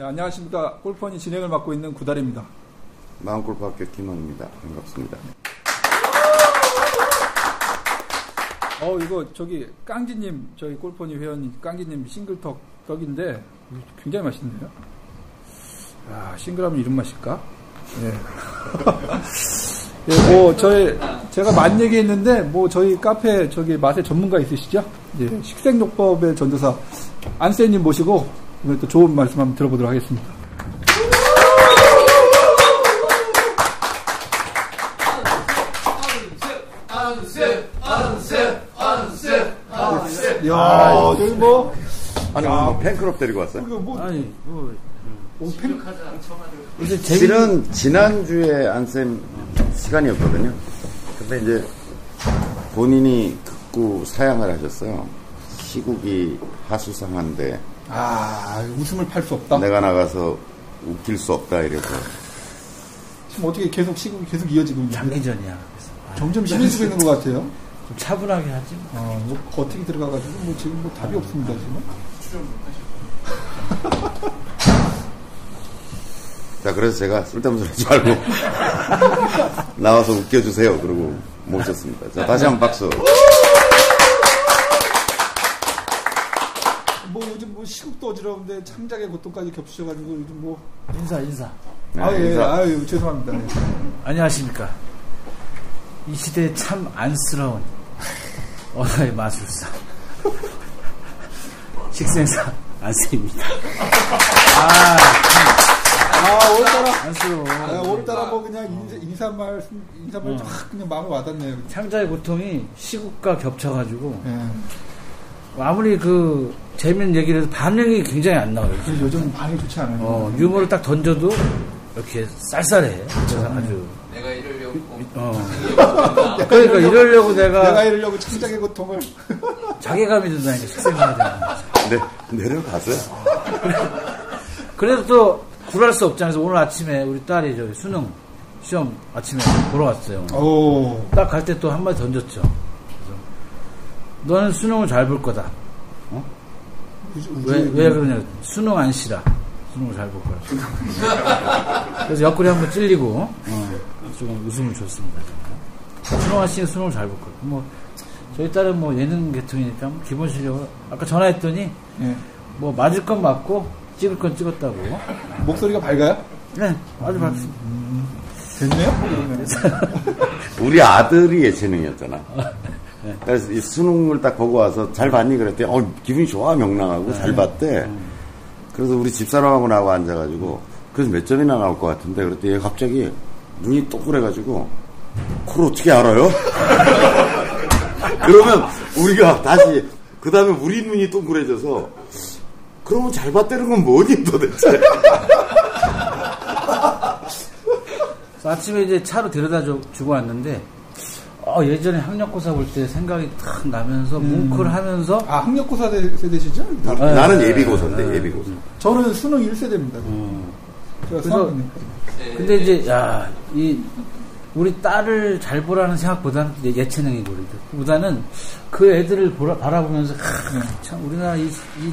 예, 안녕하십니까. 골프원이 진행을 맡고 있는 구달입니다. 마음골프 학교 김원입니다. 반갑습니다. 어 이거 저기 깡지님 저희 골프원이 회원 깡지님 싱글떡 떡인데 굉장히 맛있네요. 아 싱글하면 이런 맛일까? 예. 예, 뭐 저희 제가 많은 얘기했는데 뭐 저희 카페 저기 맛의 전문가 있으시죠? 예, 식생요법의 전도사 안세님 모시고 오늘 또 좋은 말씀 한번 들어보도록 하겠습니다. 야, 저기 뭐 아니, 오늘 뭐 팬클럽 데리고 왔어요? 이거 뭐 아니 뭐 어, 근데 실은 지난주에 안쌤 시간이었거든요. 근데 이제 본인이 극구 사양을 하셨어요. 시국이 하수상한데 아, 웃음을 팔 수 없다. 내가 나가서 웃길 수 없다 이래서 지금 어떻게 계속 시국이 계속 이어지고 있는데 장기전이야. 그래서 아, 점점 심해지고 있는 것 같아요. 좀 차분하게 하지. 뭐. 어, 뭐 버티기 들어가가지고 뭐 지금 뭐 답이 없습니다 지금. 자 그래서 제가 쓸데없는 소리 하지 말고 나와서 웃겨주세요 그러고 모셨습니다. 자 다시 한 번 박수. 뭐 요즘 뭐 시국도 어지러운데 창작의 고통까지 겹치셔가지고 요즘 뭐. 인사 인사. 네, 아 예, 인사. 아유 죄송합니다. 예. 안녕하십니까. 이 시대에 참 안쓰러운 언어의 마술사 식생사 안쌤입니다. 아 오늘따라, 안쓰러워. 아, 오늘따라 뭐 그냥 인사, 인사 말씀 인사 말쫙 그냥 마음에 와닿네요. 창자의 고통이 시국과 겹쳐가지고 예. 아. 아무리 그 재밌는 얘기를 해도 반응이 굉장히 안 나와요. 그래서 요즘 반응이 좋지 않아요. 어, 유머를 딱 던져도 이렇게 쌀쌀해. 그래서 아주. 내가 이러려고 어. 그러니까 이러려고 내가 내가 이러려고 창작의 고통을 자괴감이 든다니까 식생활에. 네, 내려가세요. 그래도 또 굴할 수 없잖아요. 그래서 오늘 아침에 우리 딸이 저기 수능 시험 아침에 보러 왔어요. 오 딱 갈 때 또 한마디 던졌죠. 그래서 너는 수능을 잘 볼 거다. 어? 우주, 왜, 우주의 왜 그러냐. 수능 안 싫어. 수능을 잘 볼 거야. 그래서 옆구리 한번 찔리고, 어, 조금 웃음을 줬습니다. 수능 안 씨는 수능을 잘 볼 거야. 뭐, 저희 딸은 뭐 예능 계통이니까 뭐 기본 실력을, 아까 전화했더니, 예. 뭐 맞을 건 맞고, 찍을 건 찍었다고. 목소리가 밝아요? 네, 아주 밝습니다. 됐네요. 우리 아들이 예체능이었잖아. 그래서 이 수능을 딱 보고 와서 잘 봤니 그랬더니 어 기분이 좋아 명랑하고 네. 잘 봤대. 그래서 우리 집사람하고 나하고 앉아가지고 그래서 몇 점이나 나올 것 같은데 그랬더니 얘 갑자기 눈이 동그래가지고 그걸 어떻게 알아요? 그러면 우리가 다시 그 다음에 우리 눈이 동그래져서 그러면 잘 봤다는 건 뭐니 도대체? 그래서 아침에 이제 차로 데려다 주, 고 왔는데 어, 예전에 학력고사 볼 때 생각이 탁 나면서 뭉클하면서 아 학력고사 대- 세대시죠? 나- 네, 나는 네, 예비고사인데 네. 예비고사. 저는 수능 1세대입니다. 제가 그래서- 수학이니까. 근데 이제 야 이 우리 딸을 잘 보라는 생각보다는 이제 예체능이고 보다는 그 애들을 보라, 바라보면서 하, 참 우리나라 이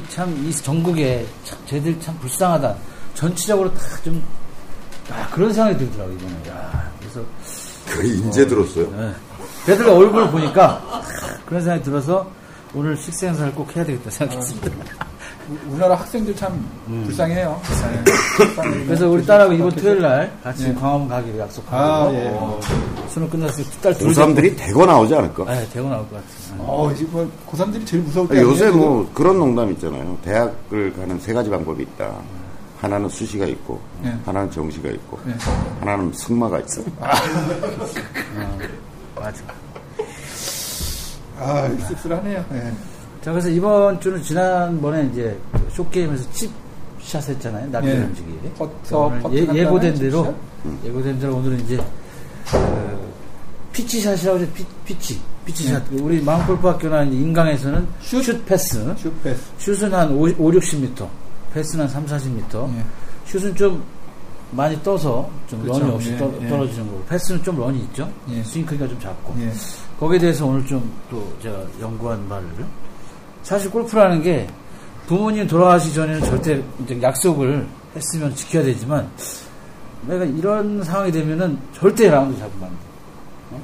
참이 전국에 참 쟤들 참 불쌍하다 전체적으로 다좀 아, 그런 생각이 들더라고요 이번에 야 그래서 그 인제 들었어요. 네. 걔들 얼굴 보니까 그런 생각이 들어서 오늘 식사 행사를 꼭 해야 되겠다 생각했습니다. 우- 우리나라 학생들 참 불쌍해요. 네, 불쌍해요. 그래서 우리 딸하고 이번 그렇게 토요일 날 같이 예. 광화문 가기로 약속하고 아, 예. 어, 수능 끝났을 때딸 고3들이 대거 나오지 않을까? 네, 대고 나올 것 같아요. 어, 지금 뭐 고3들이 제일 무서울 그러니까 때. 요새 아니에요, 뭐 그런 농담 있잖아요. 대학을 가는 세 가지 방법이 있다. 하나는 수시가 있고, 예. 네. 하나는 정시가 있고, 네. 하나는 승마가 있어. 아. 네, 맞아. 지금? 아, 씁쓸하네요. 예. 자 그래서 이번 주는 지난번에 이제 쇼게임에서 칩샷 했잖아요. 남자 예. 움직이. 퍼터, 오늘 퍼터 예, 예고된 간단한 대로 칩샷? 음. 예고된 대로 오늘은 이제 그 피치샷이라고 해서 피, 피치 피치샷. 우리 마음골프학교나 인강에서는 네. 슛? 슛, 패스. 슈패스. 슛은 한 5, 60m, 패스는 한 3, 40m. 예. 슛은 좀 많이 떠서 좀 그렇죠. 런이 없이 예, 떠, 예. 떨어지는 거고, 패스는 좀 런이 있죠. 예. 스윙 크기가 좀 작고. 예. 거기에 대해서 오늘 좀 또 제가 연구한 바를 사실 골프라는 게 부모님 돌아가시 전에는 절대 이제 약속을 했으면 지켜야 되지만 내가 이런 상황이 되면은 절대 라운드 잡으면 안 돼. 어?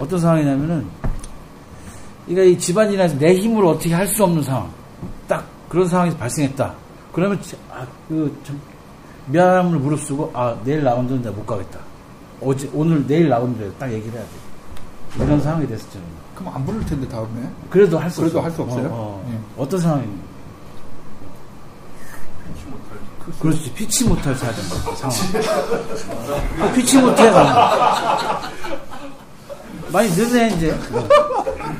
어떤 상황이냐면은 그러니까 이 집안일에서 내 힘으로 어떻게 할 수 없는 상황. 딱 그런 상황이 발생했다. 그러면 지- 아, 그 참, 미안함을 무릅쓰고 아 내일 라운드는 내가 못 가겠다. 어제 오늘 내일 라운드에 딱 얘기를 해야 돼. 이런 상황이 됐을 때는 그럼 안 부를 텐데 다음에. 그래도 할 수 없어. 그래도 할수 없어요? 어, 예. 떤 상황입니까? 그렇지 피치 못할 사정 상황. 아, 피치 못해 상황. 많이 늦네 이제. 어.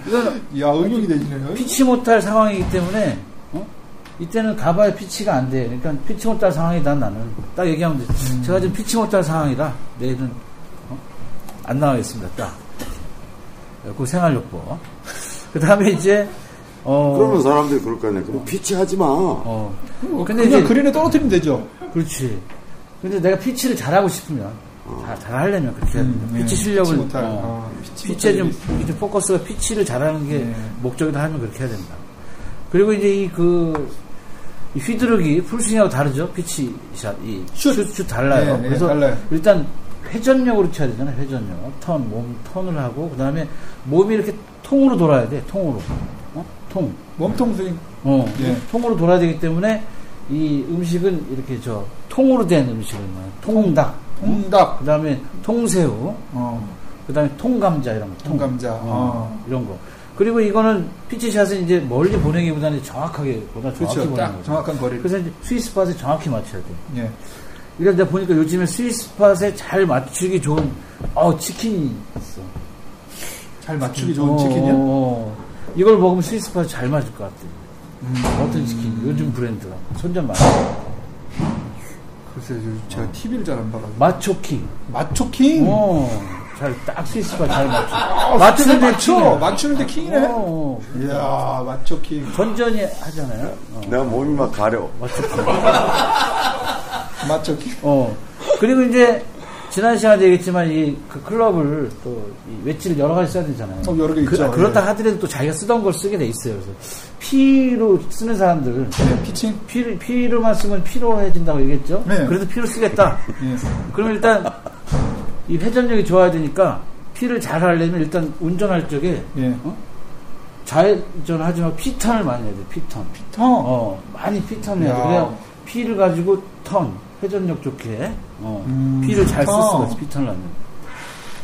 이건 야 응용이 되시네요. 피치 못할 상황이기 때문에 어? 이때는 가봐야 피치가 안 돼. 그러니까 피치 못할 상황이다 나는 딱 얘기하면 돼. 제가 지금 피치 못할 상황이라 내일은 어? 안 나가겠습니다. 딱. 그 생활욕보. 그 다음에 이제 어. 그러면 사람들이 그럴 거 아니야. 그럼 피치하지 마. 어. 근데 근데 그냥 이제 그린에 떨어뜨리면 되죠. 예, 그렇지. 근데 내가 피치를 잘하고 싶으면 잘, 잘하려면 그렇게 해야 된다. 예, 피치 실력을 못할. 어. 아, 피치 피치에 못할 좀, 일이 있어요. 이제 포커스가 피치를 잘하는 게 네. 목적이다 하면 그렇게 해야 된다. 그리고 이제 이 그, 이 휘두르기, 풀스윙하고 다르죠? 피치 샷, 이, 슛. 슛, 슛, 달라요. 네, 네, 그래서 달라요. 일단 회전력으로 쳐야 되잖아요. 회전력. 턴, 몸, 턴을 하고, 그 다음에 몸이 이렇게 통으로 돌아야 돼. 통으로. 어? 통. 몸통 스윙. 어, 예. 통으로 돌아야 되기 때문에 이 음식은 이렇게 저 통으로 된 음식을 먹어요. 통닭, 통닭. 그 다음에 통새우, 어. 그 다음에 통감자 이런 거. 통감자. 어. 이런 거. 그리고 이거는 피치샷은 이제 멀리 보내기보다는 정확하게 보다 정확히 그렇죠. 보내는 딱 거죠. 정확한 거리를. 그래서 이제 스위스팟에 정확히 맞춰야 돼. 예. 그러니까 내가 보니까 요즘에 스위스팟에 잘 맞추기 좋은 어 치킨이 있어. 잘 맞추기 음. 좋은 어, 치킨이요. 어. 이걸 먹으면 스위스팟에 잘 맞을 것 같아. 음. 어떤 치킨? 요즘 브랜드가 손전 맞. 글쎄 요 제가 TV를 잘 안 봐가지고. 마초킹. 마초킹. 어, 잘 딱 스위스가 잘 맞춰. 아, 맞추는 데 맞춰. 킹이야. 맞추는데 킹이네. 어, 이야 마초킹. 전전이 하잖아요. 어, 내가 몸이 막 가려. 맞춰. 마초킹. 어. 그리고 이제 지난 시간에 얘기했지만 이 그 클럽을 또이 웨지를 여러 가지 써야 되잖아요. 어, 여러 개 그, 있죠. 그렇다 예. 하더라도 또 자기가 쓰던 걸 쓰게 돼 있어요. 그래서 피로 쓰는 사람들 네, 피칭. 피를 피로만 쓰면 피로해진다고 얘기했죠. 네. 그래서 피로 쓰겠다. 예. 그럼 일단 이 회전력이 좋아야 되니까 피를 잘 하려면 일단 운전할 적에 예. 어? 좌회전하지 말고 피턴을 많이 해야 돼. 피턴. 턴. 어, 많이 피턴해야 야. 돼. 그래야 피를 가지고 턴, 회전력 좋게 어, 음, 피를 잘 쓸 턴. 수가 있어. 피턴을 하면.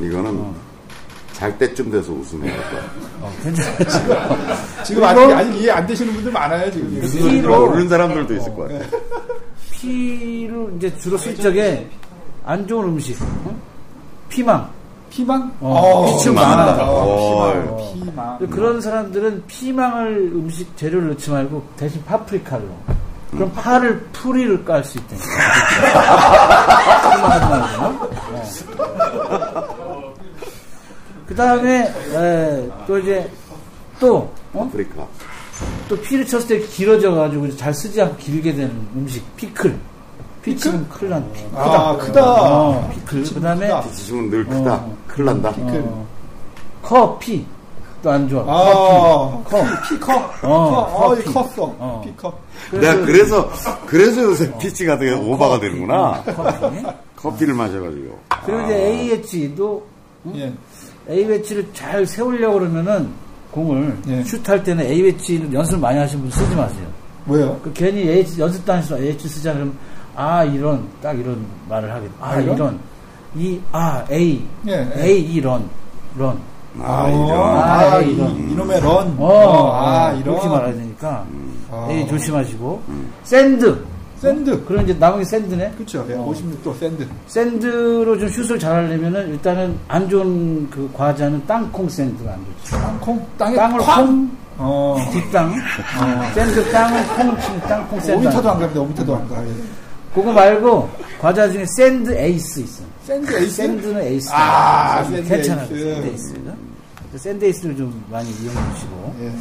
이거는 잘 때쯤 돼서 웃으면 어, 괜찮아. 지금 아직 아직 이해 안 되시는 분들 많아요 지금. 무슨 소리인지 모르는 사람들도 있을 어. 것 예. 같아. 피를 이제 주로 쓸 적에 안 좋은 음식, 응? 피망. 피망? 어, 어, 피치고 망한다. 어, 헐. 피망. 피망. 근데 그런 사람들은 피망을 음식 재료를 넣지 말고 대신 파프리카로. 그럼 파를 풀이를 깔 수 있대. 그 다음에 예, 또 이제 또 어? 아프리카. 또 피를 쳤을 때 길어져 가지고 잘 쓰지 않고 길게 되는 음식 피클. 피치는 클난 피. 아, 크다. 어, 피클. 그 다음에 크다. 지금은 늘 크다. 어. 큰일 난다. 커피 또 안 좋아. 아, 커피. 피 커. 커. 어, 어, 이 커피. 컸어. 어. 피 커. 내가 그래서, 그래서 요새 피치가 되게 오바가 되는구나. 커피. 커피를 마셔가지고. 어. 그리고 아. 이제 AH도 예. A배치를 잘 세우려고 그러면은 공을 예. 슛할 때는 A배치를 연습을 많이 하신 분 쓰지 마세요. 뭐예요? 그 괜히 A배치 연습단에서 A배치 쓰자 그러면 아 이런 딱 이런 말을 하게 돼. 아 아, 이런? 이런 이아 A 예, 예. A 이런 런 아, 아, 이런. 아, 이, 이런. 이놈의 런. 어, 아, 이런. 그렇게 말해야 되니까 아. 음. A 조심하시고 샌드 샌드. 그럼 이제 나머지 샌드네 그쵸. 예, 어. 56도 샌드. 샌드로 좀 슛을 잘하려면은 일단은 안 좋은 그 과자는 땅콩 샌드가 안 좋죠. 땅콩. 땅에 땅을 쾅. 콩 어. 뒷땅 샌드 땅을 콩을 치는 땅콩 샌드 5m도 안 갑니다. 5m도 안 가. 예. 그거 말고 과자 중에 샌드 에이스 있어 샌드 에이스. 샌드는 에이스 아, 샌드 괜찮아 에이스. 샌드 에이스 그래서 샌드 에이스를 좀 많이 이용해 주시고 예.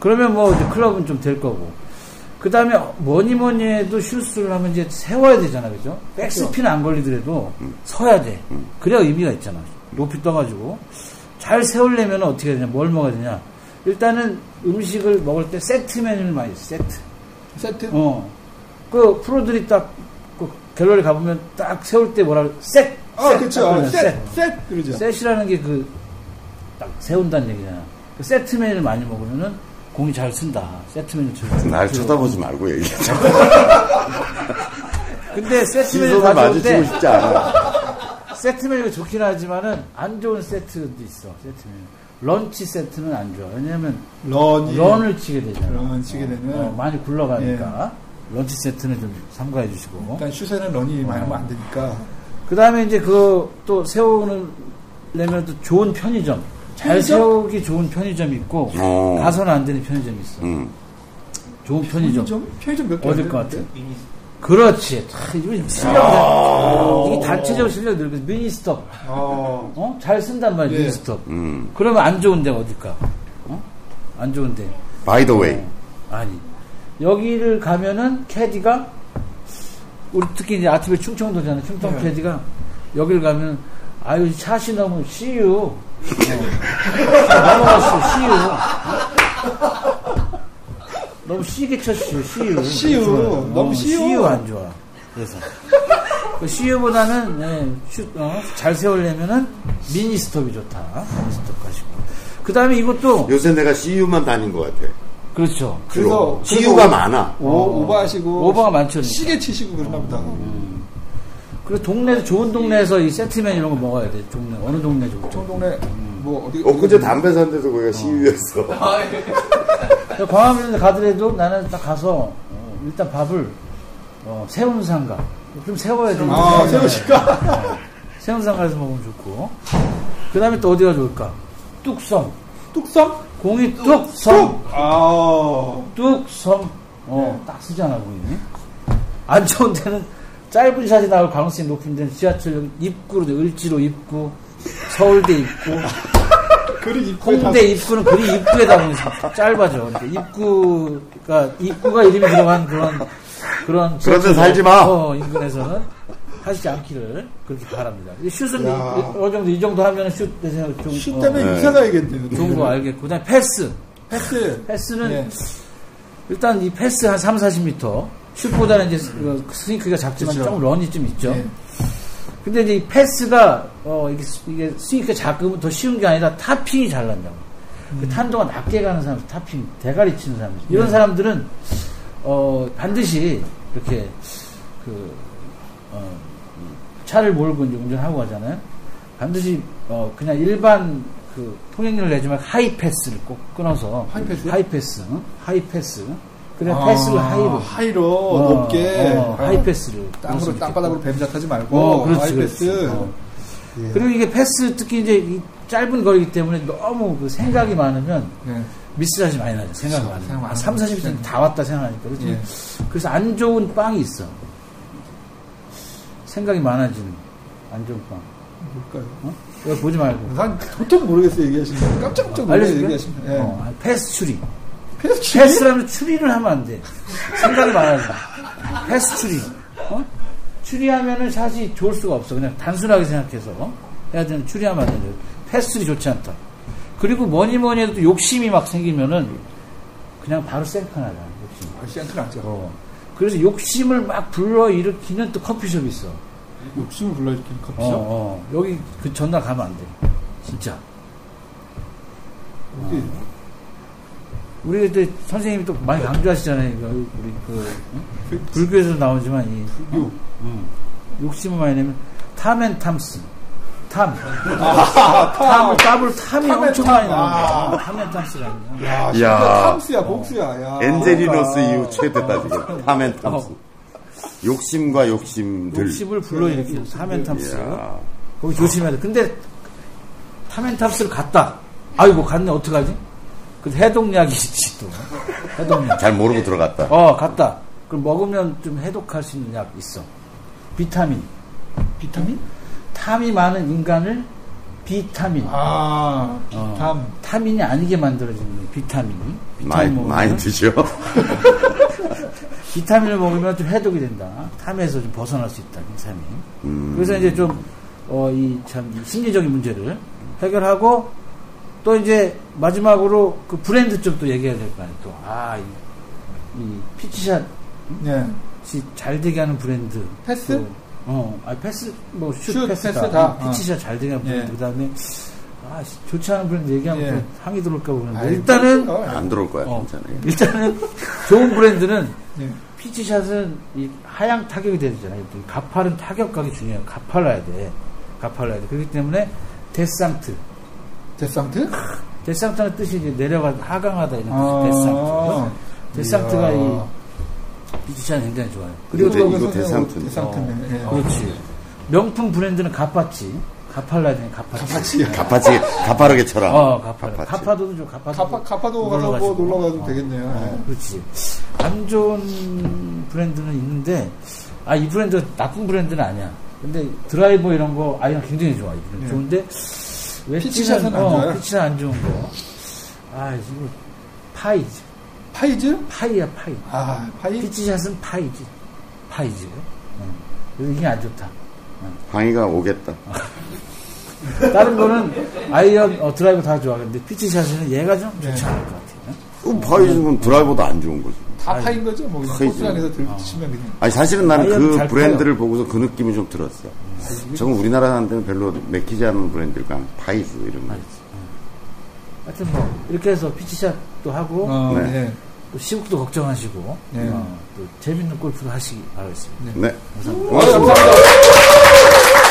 그러면 뭐 이제 클럽은 좀 될 거고 그 다음에 뭐니 뭐니 해도 슛을 하면 이제 세워야 되잖아 그죠 백스핀 안 걸리더라도 서야 돼 그래야 의미가 있잖아 높이 떠가지고 잘 세우려면 어떻게 해야 되냐 뭘 먹어야 되냐 일단은 음식을 먹을 때 세트 메뉴를 많이 써, 세트 세트? 어. 그 프로들이 딱그 갤러리 가보면 딱 세울 때 뭐라 그래? 셋. 아, 셋! 딱 그쵸. 그러잖아, 셋, 셋! 그러죠. 셋. 셋이라는 게 그 딱 세운다는 얘기잖아. 그 세트 메뉴를 많이 먹으면은 공이 잘 쓴다. 세트 메뉴 잘 쓴다. 날 쳐다보지 말고 얘기하자. 근데 세트 메뉴 시선을 가져올 마주치고 때 싶지 않아. 세트 메뉴가 좋긴 하지만은 안 좋은 세트도 있어. 세트 메뉴. 런치 세트는 안 좋아. 왜냐면 런이. 런을 치게 되잖아. 예. 런을 치게 되는. 예. 어, 많이 굴러가니까. 런치 세트는 좀 참고해 주시고. 일단 슛에는 런이 많이 하면 안 되니까. 그 다음에 이제 그 또 세우는 려면 또 좋은 편의점. 잘 편의점? 세우기 좋은 편의점이 있고, 어. 가서는 안 되는 편의점이 있어. 음. 좋은 편의점. 좀, 편의점 몇개 어딜 것 같아? 그렇지. 다, 이거 실력, 이게 단체적으로 실력 늘고, 미니스톱. 어. 어? 잘 쓴단 말이야, 예. 미니스톱. 음. 그러면 안 좋은데, 어딜까? 어? 안 좋은데. By the way. 아니. 여기를 가면은 캐디가 우리 특히 이제 아침에 충청도잖아요. 충청 네. 캐디가 여기를 가면 아유 샷이 너무 씨유 어. 넘어갔어 씨유 너무 씨게 쳤어 씨유 어, 씨유. 너무 씨유. 씨유 안 좋아 그래서 그 씨유보다는 예, 슛, 어, 잘 세우려면은 미니 스톱이 좋다 미니 스톱 가시고 그 다음에 이것도 요새 내가 CU만 다닌 것 같아. 그렇죠 그래서, CU가 많아. 오, 오버하시고. 오버가 많죠 그러니까. 시계 치시고 그러나 보다. 그리고 동네에서 좋은 동네에서 이 세트맨 이런 거 먹어야 돼. 동네 어느 동네 좋죠. 저 동네, 뭐, 어디. 엊그제 담배 산 데서 거기가 CU였어. 광화문 이런 데 가더라도 나는 딱 가서 어, 일단 밥을 어, 새우상가 좀 세워야 돼. 네. 아, 세우실까? 새우상가에서 먹으면 좋고. 그다음에 또 어디가 좋을까? 뚝섬. 뚝섬? 어! 공이 뚝섬. 아. 뚝섬. 네. 어, 딱 쓰잖아 공이. 안 좋은 데는 짧은 샷이 나올 가능성이 높은 데는 지하철역 입구로 돼. 을지로 입구, 서울대 입구. 그리 입구에 다 홍대 입구는 그리 입구에다 보면 짧아져. 그러니까 입구가 입구가 이름이 들어간 그런 그런 데 그런 지역에서, 살지 마. 어, 인근에서는 하시지 않기를 그렇게 바랍니다. 이 슛은 야. 이- 어느 정도 이 정도 하면 슛 대신 좀 슛 어, 때문에 네. 이사 가야겠네요. 좋은 거 알겠고, 그다음 패스. 패스. 패스는 예. 일단 이 패스 한 3, 40m. 슛보다는 이제 그 스윙크가 작지만 그쵸. 조금 런이 좀 있죠. 예. 근데 이제 이 패스가 어 이게, 스- 이게 스윙크가 작으면 더 쉬운 게 아니라 타핑이 잘 난다고. 음. 그 탄도가 낮게 가는 사람, 타핑 대가리 치는 사람들 이런 네. 사람들은 어 반드시 이렇게 그 어, 이 차를 몰고 이제 운전하고 가잖아요. 반드시 어 그냥 일반 그 통행료를 내지 말고 하이 패스를 꼭 끊어서 하이패스요? 하이 패스, 응? 하이 패스. 그래 아, 패스를 하이로 하이로 어, 높게. 어, 하이 패스를 땅으로 끊었으면 땅바닥으로 좋겠고. 뱀자 타지 말고 어, 그렇지, 하이 그렇지. 패스. 어. 예. 그리고 이게 패스 특히 이제 이 짧은 거리기 때문에 너무 그 생각이 많으면 예. 미스샷이 많이 나죠. 생각이 그렇죠. 많으면. 생각 많으면 3, 40분 다 왔다 생각하니까. 그렇지? 예. 그래서 안 좋은 빵이 있어. 생각이 많아지는 안 좋은 빵. 뭘까요? 어? 이거 보지 말고. 난 도통 모르겠어요 얘기하시는 거. 깜짝깜짝 놀라서 알려줄게. 뭐 얘기하시는 거. 예. 어, 아, 패스 추리. 패스 치기? 패스라면 추리를 하면 안 돼. 생각이 많아져. 패스 추리. 어? 추리하면은 사실 좋을 수가 없어. 그냥 단순하게 생각해서. 어? 해야 되는 추리하면 안 돼. 패스 추리 좋지 않다. 그리고 뭐니 뭐니 해도 또 욕심이 막 생기면은 그냥 바로 생판하자. 욕심. 아, 시안 큰아죠 어. 그래서 욕심을 막 불러일으키는 또 커피숍이 있어. 욕심을 불러일으키는 어, 커피숍? 어. 여기 그 전날 가면 안 돼. 진짜. 어디? 우리 그때 선생님이 또 많이 강조하시잖아요. 이거 우리 그 응? 불교에서 나오지만 이 요. 욕심을 많이 내면 탐앤 탐스. 탐. 아, 탐을 탐. 따블 탐이 탐앤 엄청 탐. 많이 아. 나옵니다. 탐앤 탐스라는. 거. 야, 야. 진짜 탐스야, 복수야. 야. 아, 엔젤리노스 이후 최대다 지금. 타멘탐스. 어. 욕심과 욕심들. 욕심을 불러일으키는 탐앤 탐스. 야. 거기 조심해야 돼. 근데 탐앤 탐스를 갔다. 아이고 갔네. 어떡하지? 그 해독약이 있지 또. 해독약. 잘 모르고 들어갔다. 어 갔다. 그럼 먹으면 좀 해독할 수 있는 약 있어. 비타민. 비타민? 탐이 많은 인간을 비타민. 아, 어, 탐. 타민이 아니게 만들어지는 거예요, 비타민이. 많이, 비타민 많이 먹으면, 드셔. 비타민을 먹으면 좀 해독이 된다. 탐에서 좀 벗어날 수 있다, 비타민. 음. 그래서 이제 좀, 어, 이 참, 이 심리적인 문제를 해결하고, 또 이제 마지막으로 그 브랜드 좀 또 얘기해야 될 거 아니에요, 또. 아, 이 이 피치샷이 예. 잘 되게 하는 브랜드. 패스? 또, 어, 아 패스 뭐슛 슛, 패스, 패스 다. 어, 다. 피치샷 잘 되게 하는 예. 브랜드. 그다음에 아 씨, 좋지 않은 브랜드 얘기하면 예. 또 항의 들어올까 보는데 아이, 일단은 어, 안 들어올 거야, 어, 괜찮아요. 일단은 좋은 브랜드는 예. 피치샷은 이 하향 타격이 돼야 되잖아요. 이 가팔은 타격각이 중요해요. 가팔라야 돼. 가팔라야 돼. 그렇기 때문에 데상트. 데상트? 데상트는 뜻이 이제 내려가 하강하다 이런 아. 뜻이죠. 데상트. 데상트가 이야. 이 피치샷 굉장히 좋아요. 그리고 이거 이거 선생님, 대상품. 네, 대상품이네. 예. 그렇지. 명품 브랜드는 가파치. 가팔라야 돼. 가파치. 가파치, 가파르게 쳐라. 어, 가파. 가파치. 가파도는 좀 가파도. 가파, 가파도 놀러 가서 뭐 가시고. 놀러 가도 어. 되겠네요. 어, 그렇지. 안 좋은 브랜드는 있는데, 아, 이 브랜드 나쁜 브랜드는 아니야. 근데 드라이버 이런 거, 아이언 굉장히 좋아. 이 브랜드. 예. 좋은데, 왜 피치샷은 안 좋아요? 피치샷 안 좋은 거. 아, 이거, 파이지. 파이즈? 파이야, 파이. 아, 파이? 피치샷은 파이지. 파이지. 응. 그래서 이게 안 좋다. 방해가 오겠다. 다른 거는 아이언, 어, 드라이버 다 좋아. 근데 피치샷은 얘가 좀 좋지 네. 않을 것 같아. 그럼 파이즈는 어, 드라이버도 안 좋은 거지. 다 파인 거죠? 뭐, 그냥 파이즈. 코스 안에서 들고 치면 그냥. 아니, 사실은 나는 아이언 그 잘 브랜드를 보고서 그 느낌이 좀 들었어. 저건 우리나라 사람들은 별로 맥히지 않은 브랜드일까? 하면 파이즈, 이런 말. 네. 하여튼 뭐, 이렇게 해서 피치샷도 하고, 어, 네. 네. 또 시국도 걱정하시고 네. 어, 또 재밌는 골프를 하시기 바라겠습니다. 네. 어, 고맙습니다. 감사합니다.